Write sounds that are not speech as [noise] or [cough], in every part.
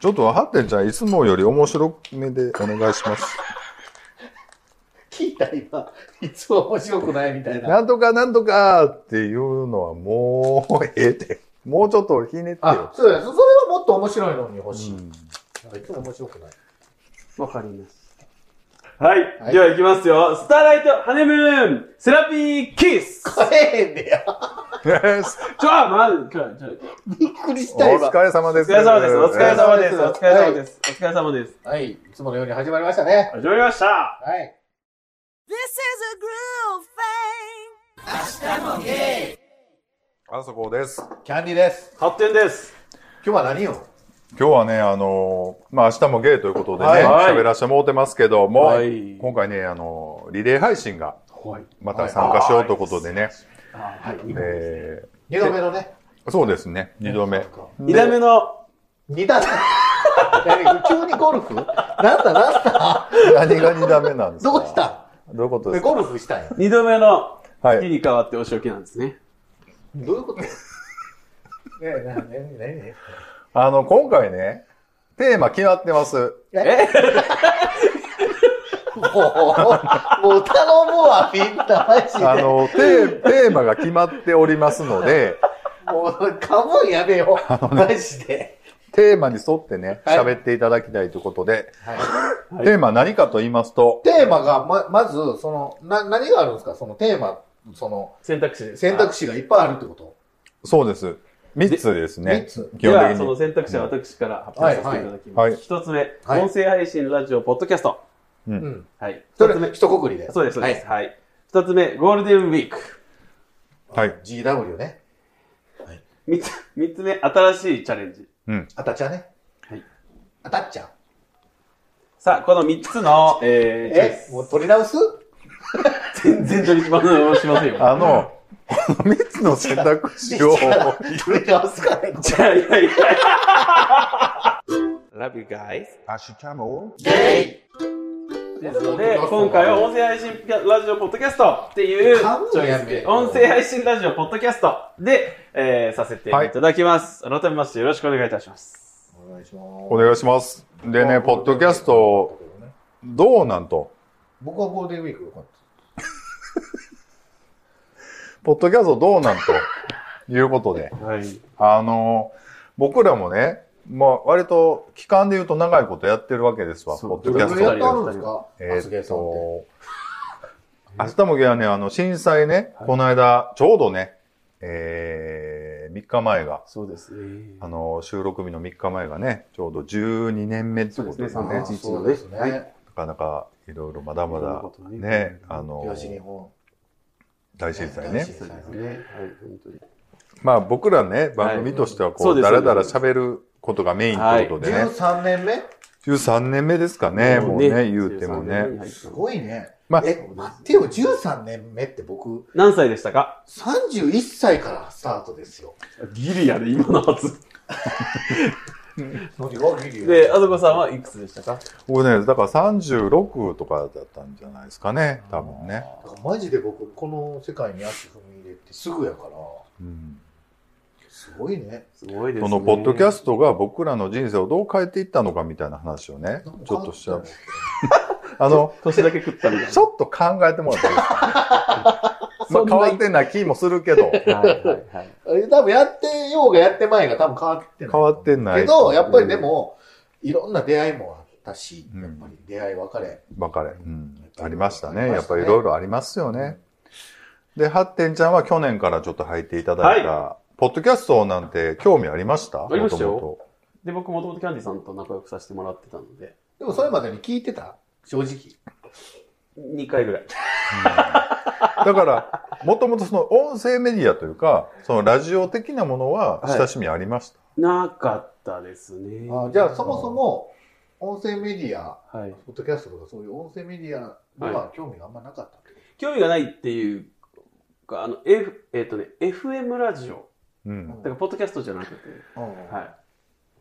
ちょっと分かってんじゃん。いつもより面白めでお願いします。聞いた今、いつも面白くないみたいな。なんとかなんとかっていうのはもうええって。もうちょっとひねってあよ。、そうだね。それはもっと面白いのに欲しい。 [laughs] うんなんかいつも面白くない。わかります。はい。はいでは行きますよ。スターライトハネムーンセラピーキスちょ、帰れへんでや。まず、ちょ、ちょ、びっくりしおた今。疲れ様でおす。疲れ様です。お疲れ様です。はいお疲れ様です。お疲れ様です。はい。いつものように始まりましたね。始まりました。はい。 This is a groove thing. あそこです。キャンディーです。発展です。今日は何よ今日はね、あのーまあ、明日もゲイということでね、はいはい喋らせてもうてますけども、はい今回ね、あのーリレー配信がはい。また参加しようということでね、はい。え二度目のね。ーそうですね、二度目。二段目の、二段目。急にゴルフなんだなんだ何が二度目なんですかどうしたどういうことでえすかゴルフしたんや。二度目の、は木い。に変わってお仕置きなんですね。どういうことねえ、な、な、にな、にあの、今回ね、テーマ決まってます。もう、もう頼むわ、みんな、マジで。あの、テーテーマが決まっておりますの [laughs] で、もう、かぶんやめよう。マジで。テーマに沿ってね、はい喋っていただきたいということで、はい [laughs] テーマ何かと言いますと、テーマが、ま、まず、その、な、何があるんですかそのテーマ、その、選択肢です。選択肢がいっぱいあるってことそうです。3つですね三つ。基本的では、そのに。選択肢は私から発表させていただきはまいはす。い一つ目、はい音声配信、ラジオ、ポッドキャスト。うん。はい。そ二つれ、目、一括りで。そうです、そうではいす。はい。二つ目、ゴールデンウィーク。はい。 GW ね。三つ、三つ目、新しいチャレンジ。あたっちゃんね。はい。あたっちゃん。さあ、この三つの、えー、チョイスえもう取り直す全然取りましませんよ。あの、この3つの選択肢 [laughs] を、取り直すから。いやいやいや。Love you guys. 明日もですので、今回は音声配信ラジオポッドキャストっていう噛むチのやョめイスで、音声配信ラジオポッドキャストで、えー、させていただきます。改めましてよろしくお願いいたします。お願いします。お願いします。でね、ポッドキャスト、どうなんと。僕はゴールデンウィークよかっポッドキャストどうなんということで。はい。あの、僕らもね、まあ、割と期間で言うと長いことやってるわけですわ、そうポッた。ドキどれャぐスらいやっト。てあるんですかえ厚ー毛っさんって。と、明日もゲはね、あの、震災ね、この間、ちょうどね、えー、3日前が、そうですね。あの、収録日の3日前がね、ちょうど12年目ってことですそうね。でなすねそうですね。はいかなか、いろいろまだまいろんなだこと、ねね、あの、東日本。大震災大ね震。そうですね。はい、本当に。まあ僕らね、番組としてはこそうう、ですだらだら喋ることがメインってことでね。 13年目13年目ですかね、もうね、言うても13年ね。に入ったすごいね。まあえ、待ってよ、13年目って僕、何歳でしたか31歳からスタートですよ。ギリやで、今のはず。何がギリで、あずこさんはいくつでしたか僕ね、だから36とかだったんじゃないですかね、多分ね。マジで僕、この世界に足踏み入れてすぐやから、うんすごいね。すごいですそのポッドキャスストが僕らの人生をどう変えていったのかみたいな話をね、ちょっとしちゃう。あの、ト。年だけ食ったみたいなちょっと考えてもらっていいですかまあ変わってない気もするけど。はいはいはい。え多分やってようがやってまいが多分変わってない。変わってないけど、やっぱりでも、いろんな出会いもあったし、うんやっぱり出会い別れ。別れ、うん、ありましたね。ありまやしたねっぱりいろいろありますよね。で、ハッテンちゃんは去年からちょっと入っていただいた、ポッドキャストなんて興味ありましたありましたよ元で、僕もともとキャンディさんと仲良くさせてもらってたので、でもそれまでに聞いてた正直。 2回ぐらい。々だから、もともとその音声メディアというか、そのラジオ的なものは親しみありました。なかったですね。あじゃあそもそも、音声メディア、はい。ポッドキャストとかそういう音声メディアには興味があんまなかった。興味がないっていうか、あの、F、えっ、とね、FM ラジオ。うん。だから、ポッドキャストじゃなくて、うんはい。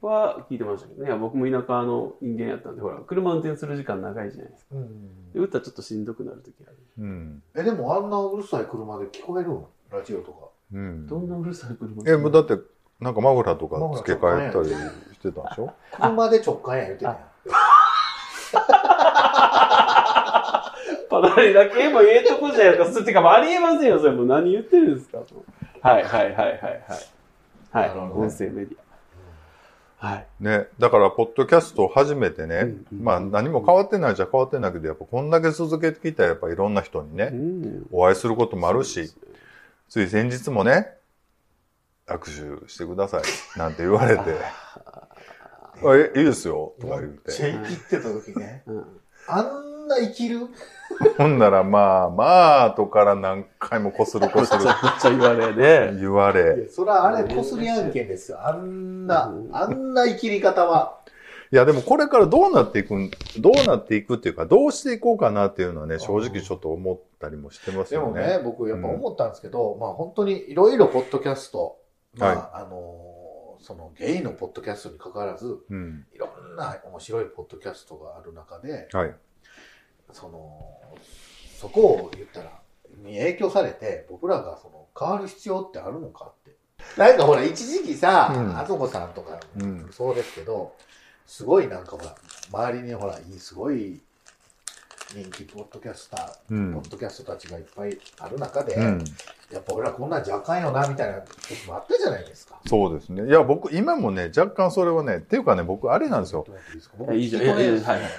は聞いてましたけどね。いや僕も田舎の人間やったんで、ほら、車運転する時間長いじゃないですか。うんで、歌ちょっとしんどくなる時ある。うん。え、でもあんなうるさい車で聞こえるんラジオとか。うん。どんなうるさい車え、もうだって、なんかマフラーとか付け替えたりしてたんでしょ車で直感や言うてたやん。パダリだけもええとこじゃないですか。そってか、ありえませんよ、それもう何言ってるんですか。はいはいはいはいはい。なはるい、ほどね音声メディア。はい。ね、だから、ポッドキャストを始めてね、うんうんまあ何も変わってないじゃ変わってないけど、やっぱこんだけ続けてきたら、やっぱいろんな人にね、うん。お会いすることもあるし、つい先日もね、握手してください、なんて言われて、あえ、いいですよ、とか言っめっちゃて。生きってた時ね。うん [laughs] あんな生きる [laughs] ほんなら、まあまあ、とから何回もこするこするめっちゃ言われね。言わいれ。やそらあれこすり案件ですよ。あんな、あんな生きり方は。いや、でもこれからどうなっていくん、どうなっていくっていうか、どうしていこうかなっていうのはね、正直ちょっと思ったりもしてますでよもね。ね、僕やっぱ思ったんですけど、まあ本当にいろいろポッドキャスト、まはあ、あのー、そのゲイのポッドキャストに関わらず、うん。いろんな面白いポッドキャストがある中で、はい。その、そこを言ったら、に影響されて、僕らがその変わる必要ってあるのかって。なんかほら、一時期さ、うんあそこさんとかうんそうですけど、すごいなんかほら、周りにほら、いいすごい人気ポッドキャスター、うんポッドキャストたちがいっぱいある中で、うん。やっぱ俺らこんなんじゃあかんよな、みたいな時もあったじゃないですか。そうですね。いや、僕、今もね、若干それはね、っていうかね、僕、あれなんですよ。どうやっていいですか。いやいいじゃんいやいいじゃんはい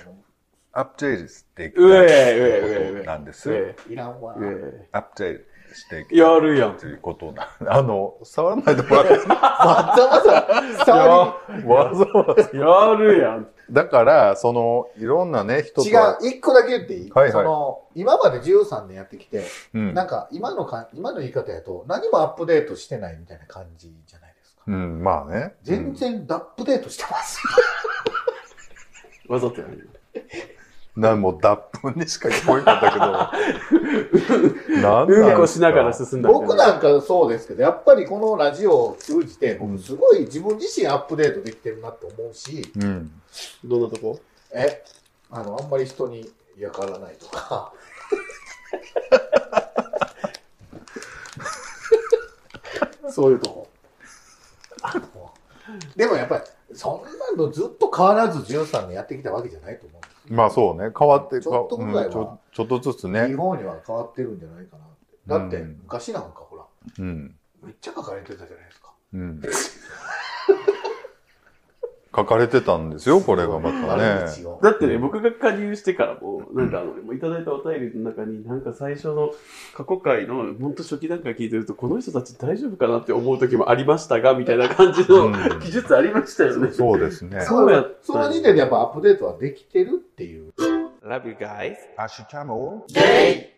アップデートしていきうえうたいえうえうえ。なんですうえいらんわ。うアップデートしていきえ。やるやん。ということな。あの、触らないでもらっていいですかわざわ [laughs] ざ、いや [laughs] 触りわざわざ。やるやん。だから、その、いろんなね、人と。違う、。一個だけ言っていい、はいはいその、今まで13年やってきて、うんな。んか今のか、今の言い方やと、何もアップデートしてないみたいな感じじゃないですか。うん、まあね。全然ダップデートしてます。わざとやる。うん。な、もう、脱粉にしか聞こえなかったけ [laughs] ど。なんなんうんこしながら進ん [laughs] だみたい僕なんかそうですけど、やっぱりこのラジオを通じて、僕すごい自分自身アップデートできてるなって思うし、うん。どんなとこえ、あの、あんまり人にやからないとか。 [laughs] そういうとこ。あのでもやっぱり、そんなのずっと変わらず13年やってきたわけじゃないと思うんですまあそうね、変わって、ちょっとぐらいはうんちょちょっとずつよ。日ね。本には変わってるんじゃないかなって。だって、うん昔なんかほら、うん。めっちゃ書かれてたじゃないですか。 [laughs] うん。書かれてたんですよ、これがまた悪ね。口をだってね、僕が加入してからも、なんかあの、もういただいたお便りの中に、なんか最初の過去回の、ほんと初期段階聞いてると、この人たち大丈夫かなって思う時もありましたが、みたいな感じうのん記述ありましたよね。そうですね。そうやったその時点でやっぱアップデートはできてるっていう。 Love you guys. アシュチャモことじゃない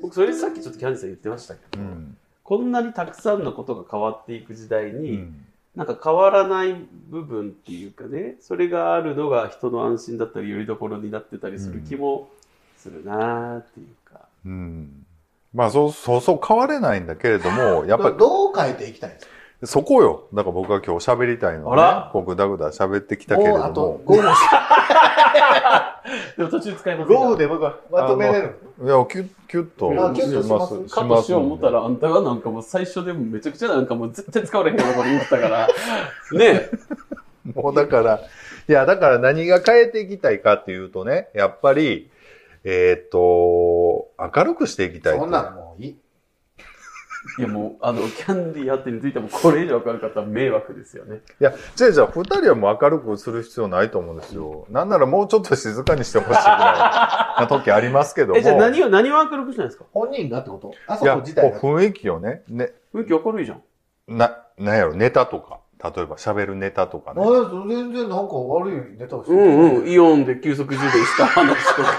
僕、それさっきちょっとキャンディーさん言ってましたけうど、ん。こんなにたくさんのことが変わっていく時代うに、んなんか変わらない部分っていうかね、それがあるのが人の安心だったり、よりどころになってたりする気もするなーっていうか。うん。まあ、そう、そうそう変われないんだけれども、やっぱりどう変えていきたいんですかそこよ。だから僕が今日喋りたいのあは、ねら、僕ダグダ喋ってきたけれもうあどとも。 5分しかでも途中使います5分で僕はまとめれる。いや、キュッ、キュッとあキュッとししま。ますすしカッまトすしよう思ったら、あんたがなんかもう最初でもめちゃくちゃなんかもう絶対使われへんようなこと言ってたから。ね [laughs] もうだから、いや、だから何が変えていきたいかっていうとね、やっぱり、えーっ、と、明るくしていきたいと。そんなんもういい。いやもう、あの、キャンディーやってについてもこれ以上明るかったら迷惑ですよね。いや、じゃあじゃあ、二人はもう明るくする必要ないと思うんですよ。なんならもうちょっと静かにしてほしいぐらいな時ありますけども。え、じゃあ何を、何を明るくしないんですか本人がってことあそいや、ここう自体が。雰囲気をね、ね、雰囲気明るいじゃん。な、なんやろ、ネタとか。例えば喋るネタとかね。あ全然なんか悪いネタをしてうるんうん、イオンで急速充電した話とか。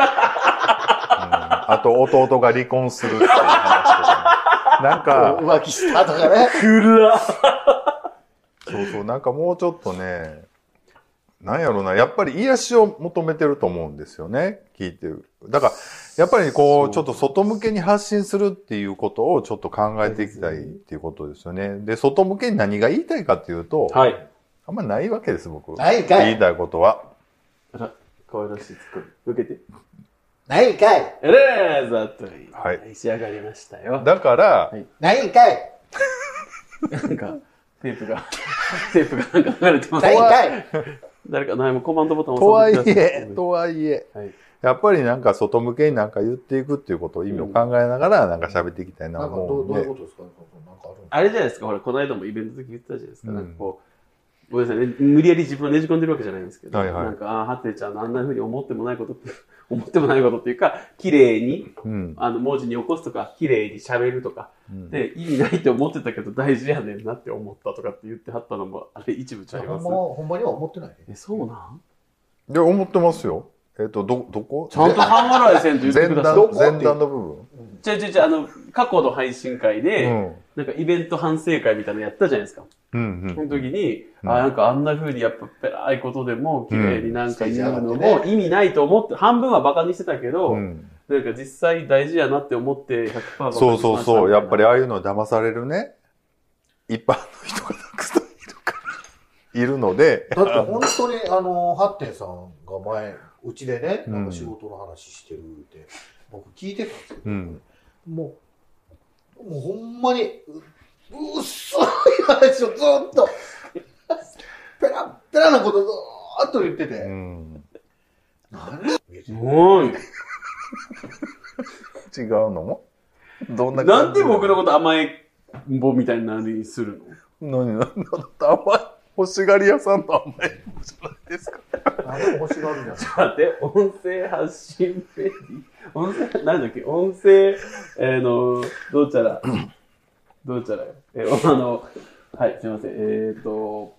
あと、弟が離婚するっていう話とか、ね。なん [laughs] か、浮気したとかね。くらそうそう、なんかもうちょっとね、なんやろな、やっぱり癒しを求めてると思うんですよね、聞いてる。だから、やっぱりこう、ちょっと外向けに発信するっていうことをちょっと考えていきたいっていうことですよね。で、外向けに何が言いたいかっていうと、はい。あんまないわけです、僕。ないんか言いい。たいことは。あら、可愛らしい作り。受けて。ないんかい。えれーざっとはい仕上がりましたよ。だから、いないんかい。なんか、テープが、テープがなんか流れてます痛い。痛い誰か何もコマンドボタンとは押いさないえ、とはいえ、はいやっぱりなんか外向けになんか言っていくっていうことを意味を考えながらなんか喋っていきたいななんかど思ううどんういうでこ。とですかなんかああれじゃないですか、ほら、この間もイベントの時言ってたじゃないですか。うんなんかこう、ごめんなさいね、無理やり自分をねじ込んでるわけじゃないんですけど、はいはいなんか、ああ、ハテちゃんのあんな風に思っても [laughs] ないこと、思ってもないことっていうか、綺麗に、うん。あの、文字に起こすとか、綺麗に喋るとか、うんで、意味ないって思ってたけど大事やねんなって思ったとかって言ってはったのも、あれ一部ちゃるいんほまんすま。はほんまには思ってないねえ、そうなんで、思ってますよ。えっ、と、ど、どこちゃんと半笑いせんと言って前ください。段、どこ前段の部分。ちょいちょいちょい、あの、過去の配信会うで、ん。なんかイベント反省会みたいなのやったじゃないですか。うんその時に、うんあなんかあんな風にやっぱペラーいことでも綺麗になんか言うのうんステージ上がっも意味ないと思って、半分はバカにしてたけど、うん。うんなんか実際大事やなって思って100%バカにしそうそうそう。やっぱりあああいうの騙されるね、一般の人がたくさんいるから、いるので、だって本当にあのハッテンさんが前うちでねなんか仕事の話してるって、僕聞いてたんですよ、うん。もうもうほんまにううっそい話をずっとペラッペラなことずーっと言ってうて、ん、何別にもう、違うのもどんななんで僕のここと甘えんぼみたいなのにするとの何何だって甘い欲しがり屋さんの甘いもんじゃないですか。何でも欲しがるじゃんだって、音声発信ページ、音声、なんだっけ、音声、えー、の、どうちゃら、どうちゃらよ。えー、あの、はい、すいません、えー、と、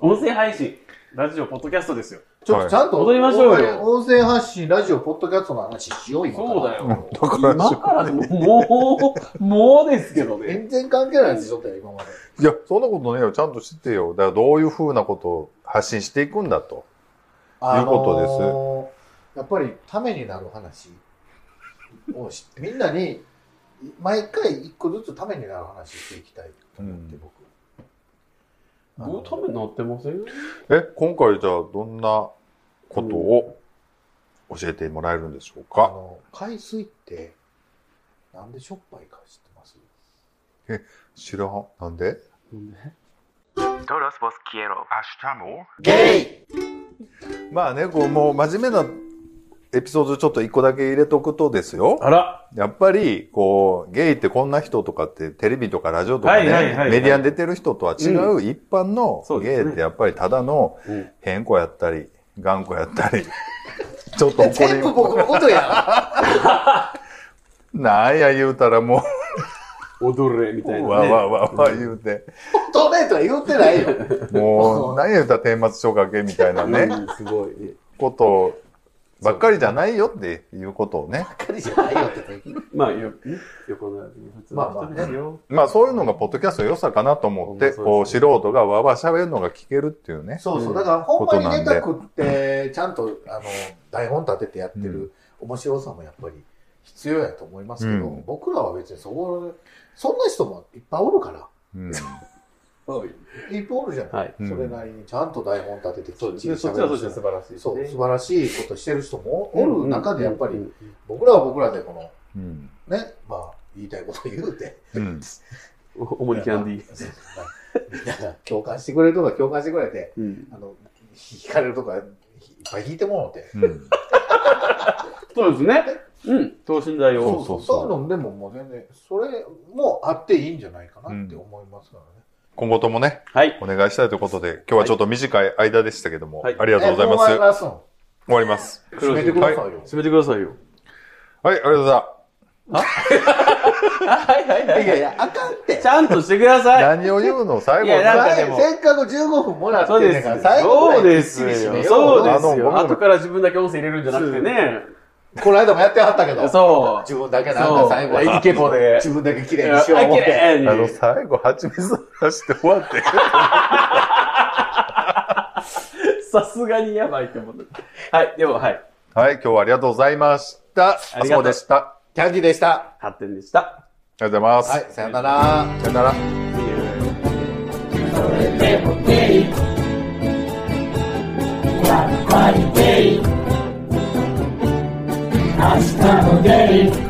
音声配信、ラジオ、ポッドキャストですよ。ちょっとちゃんと、はい踊りましょうよ音声発信、ラジオ、ポッドキャストの話しよう、今から。そうだよ。だから、今からでも、もう、もうですけどね。全然関係ないですよ、ちょっと今まで。いや、そんなことねえよ。ちゃんと知ってよ。だからどういうふうなことを発信していくんだと。いうことですです。やっぱり、ためになる話をし、みんなに、毎回一個ずつためになる話していきたいと思って、うん僕。あのもうためになってませんえ、今回じゃあどんなことを教えてもらえるんでしょうあか、の、海水って、なんでしょっぱいか知ってます知らん。なんで Todos vos quiero. ゲイまあね、こう、もう真面目なエピソードちょっと一個だけ入れとくとですよ。あら、やっぱり、こう、ゲイってこんな人とかって、テレビとかラジオとかね、はいはいはいはいメディアに出てる人とは違う、一般のそうゲですねイってやっぱりただのうん、変子やったり、頑固やったり、 [laughs] ちょっと怒全り部、僕のことやなんや言うたら [laughs] も踊れ、みう、たいな、ね。わわわわ言うて、んトレーとは言ってないよ。もう、なんや言うたら天末書かけみたいなね、うんすごいね。ことばっかりじゃないよっていうことをね。ばっかりじゃないよって言ってまあ、よ、横並びに普通の人ですよ。まあそういうのがポッドキャストの良さかなと思って、そうこうそ素うそう人がわわ喋るのが聞けるっていうね。 [laughs] そうそうう、んだからほんまにネタこ食って、ちゃんとあの台本立ててやってる面白さもやっぱり必要やと思いますけど、うん僕らは別にそこ、そんな人もいっぱいおるから、うん。はい。いっぱいおるじゃない、はいうんそれなりにちゃんと台本立ててきそうっでちすりね。そっちはそっちしで素晴らしい、ね。そう、素晴らしいことしてる人もおおるる中中ででややっっぱぱり、り、僕らは僕らでこの、うん。ね、まあ、言いたいこと言うて、うん。主にキャンディー。そうみんなが共感してくれるとか共感してくれて、うん。あの、引かれるとか、いっぱい引いてもらって、うん。そうですね。うん。等身大そを。うそういうのでももう全然、それもあっていいんじゃないかなって思いますからね。今後ともね、はい。お願いしたいということで、今日はちょっと短い間でしたけども、はいありがとうございます。え終ますわります。締めてくださいよ。締めてくださいよ。はい、ありがとうございまし [laughs] はいはいい、やいや、あかんって。ちゃんとしてくださた。い。何を言うの最後いやなんかせっかく15分もらってそうんでねんすから、よ。最後そうぐらいできっちすり締めよ。よそうであのすごめんよ。後から自分だけ音声入れるんじゃなくてね。この間もやってはったけど、そう。自分だけなんそかう。最後イケボで。自分だけ綺麗にしようあ思っ綺て。麗にあの、最後、蜂蜜の話して終わって。さすがにやばいって思った。はい。でも、はい。はい、今日はありがとうございました。ありがそとううでした。あキャンディでした。発展でした。りがとうございます。はい、さよなら。さよなら。 Hasta luego.